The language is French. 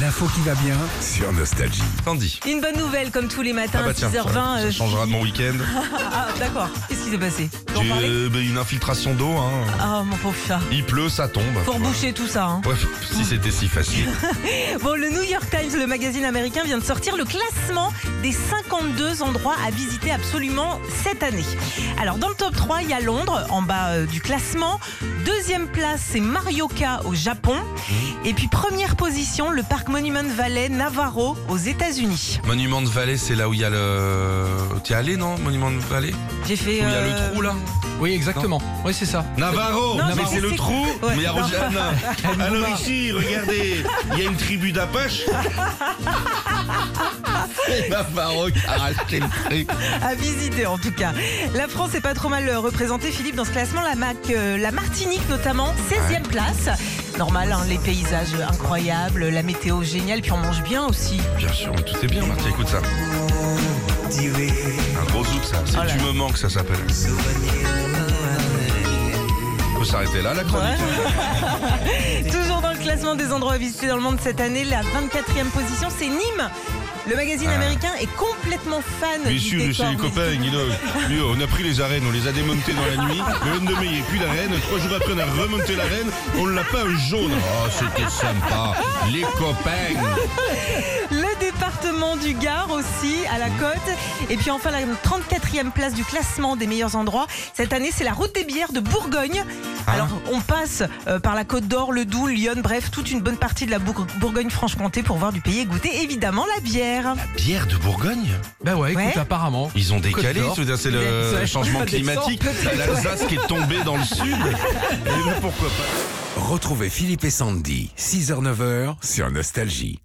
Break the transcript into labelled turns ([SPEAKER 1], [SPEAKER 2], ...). [SPEAKER 1] l'info qui va bien.
[SPEAKER 2] sur Nostalgie.
[SPEAKER 3] Sandy.
[SPEAKER 4] Une bonne nouvelle comme tous les matins
[SPEAKER 3] Ah bah
[SPEAKER 4] à
[SPEAKER 3] tiens,
[SPEAKER 4] 6h20.
[SPEAKER 3] ça, ça
[SPEAKER 4] euh,
[SPEAKER 3] changera de mon week-end.
[SPEAKER 4] ah, d'accord. Qu'est-ce qui s'est passé Vous en
[SPEAKER 3] J'ai
[SPEAKER 4] parlez
[SPEAKER 3] euh, bah, une infiltration d'eau. Hein.
[SPEAKER 4] Ah mon pauvre chat.
[SPEAKER 3] Il pleut, ça tombe.
[SPEAKER 4] Pour boucher tout ça. hein.
[SPEAKER 3] Ouais, si c'était si facile.
[SPEAKER 4] Bon, le New York Times, le magazine américain, vient de sortir le classement des 52 endroits à visiter absolument cette année. Alors, dans le top 3, il y a Londres, en bas euh, du classement. Deuxième place, c'est Marioka au Japon.
[SPEAKER 3] Mmh.
[SPEAKER 4] Et puis, première position, le parc Monument Valley Navarro aux États-Unis.
[SPEAKER 3] Monument de Vallée, c'est là où il y a le. T'es allé, non Monument de Vallée
[SPEAKER 4] J'ai fait.
[SPEAKER 3] Où il y a le
[SPEAKER 4] euh,
[SPEAKER 3] trou, là
[SPEAKER 1] Oui, exactement. Oui, c'est ça.
[SPEAKER 3] Navarro
[SPEAKER 4] Non,
[SPEAKER 3] Mais
[SPEAKER 4] j'ai
[SPEAKER 3] c'est le
[SPEAKER 4] fait-
[SPEAKER 3] trou
[SPEAKER 4] Ouais.
[SPEAKER 3] Mais il y a Rogiana. Alors ici, regardez, il y a une tribu d'Apache. Navarro qui a racheté le truc.
[SPEAKER 4] à visiter en tout cas. La France est pas trop mal euh, représentée, Philippe, dans ce classement. La, Mac- euh, la Martinique notamment, 16e place. Normal, hein, les paysages incroyables, la météo géniale, puis on mange bien aussi.
[SPEAKER 3] Bien sûr, mais tout est bien, Marty, écoute ça. Un gros zouk, ça. C'est
[SPEAKER 4] Oh là
[SPEAKER 3] Tu
[SPEAKER 4] là.
[SPEAKER 3] me manques, ça s'appelle. Faut s'arrêter là, la chronique.
[SPEAKER 4] Toujours dans le classement des endroits à visiter dans le monde cette année, la 24e position, c'est Nîmes. Le magazine américain est complètement fan
[SPEAKER 2] Bien
[SPEAKER 4] du
[SPEAKER 2] sûr,
[SPEAKER 4] décor
[SPEAKER 2] c'est Ah. les
[SPEAKER 4] des-
[SPEAKER 2] copains, Guido. Lui, on a pris les arènes, on les a démontées dans la nuit. Le lendemain, il n'y a plus d'arène. Trois jours après, on a remonté l'arène. On l'a pas un jaune. Oh, c'était sympa. Les copains.
[SPEAKER 4] Le département du Gard aussi, à la côte. Et puis enfin, la 34e place du classement des meilleurs endroits. Cette année, c'est la route des bières de Bourgogne. Alors, on passe euh, par la Côte d'Or, le Doubs, Lyon, bref, toute une bonne partie de la Bourg- Bourgogne-Franche-Comté pour voir du pays et goûter évidemment la bière.
[SPEAKER 3] Bière de Bourgogne
[SPEAKER 1] Ben ouais, écoute,
[SPEAKER 4] Ouais.
[SPEAKER 1] apparemment.
[SPEAKER 3] Ils ont décalé,
[SPEAKER 1] Côte d'Or.
[SPEAKER 3] je veux dire, c'est
[SPEAKER 1] Ouais,
[SPEAKER 3] le
[SPEAKER 1] ouais.
[SPEAKER 3] changement
[SPEAKER 1] Ça descend,
[SPEAKER 3] climatique.
[SPEAKER 1] peut-être,
[SPEAKER 3] L'Alsace qui est tombée dans le sud. Et ben, pourquoi pas
[SPEAKER 2] Retrouvez Philippe et Sandy,
[SPEAKER 1] 6h-9h
[SPEAKER 2] sur Nostalgie.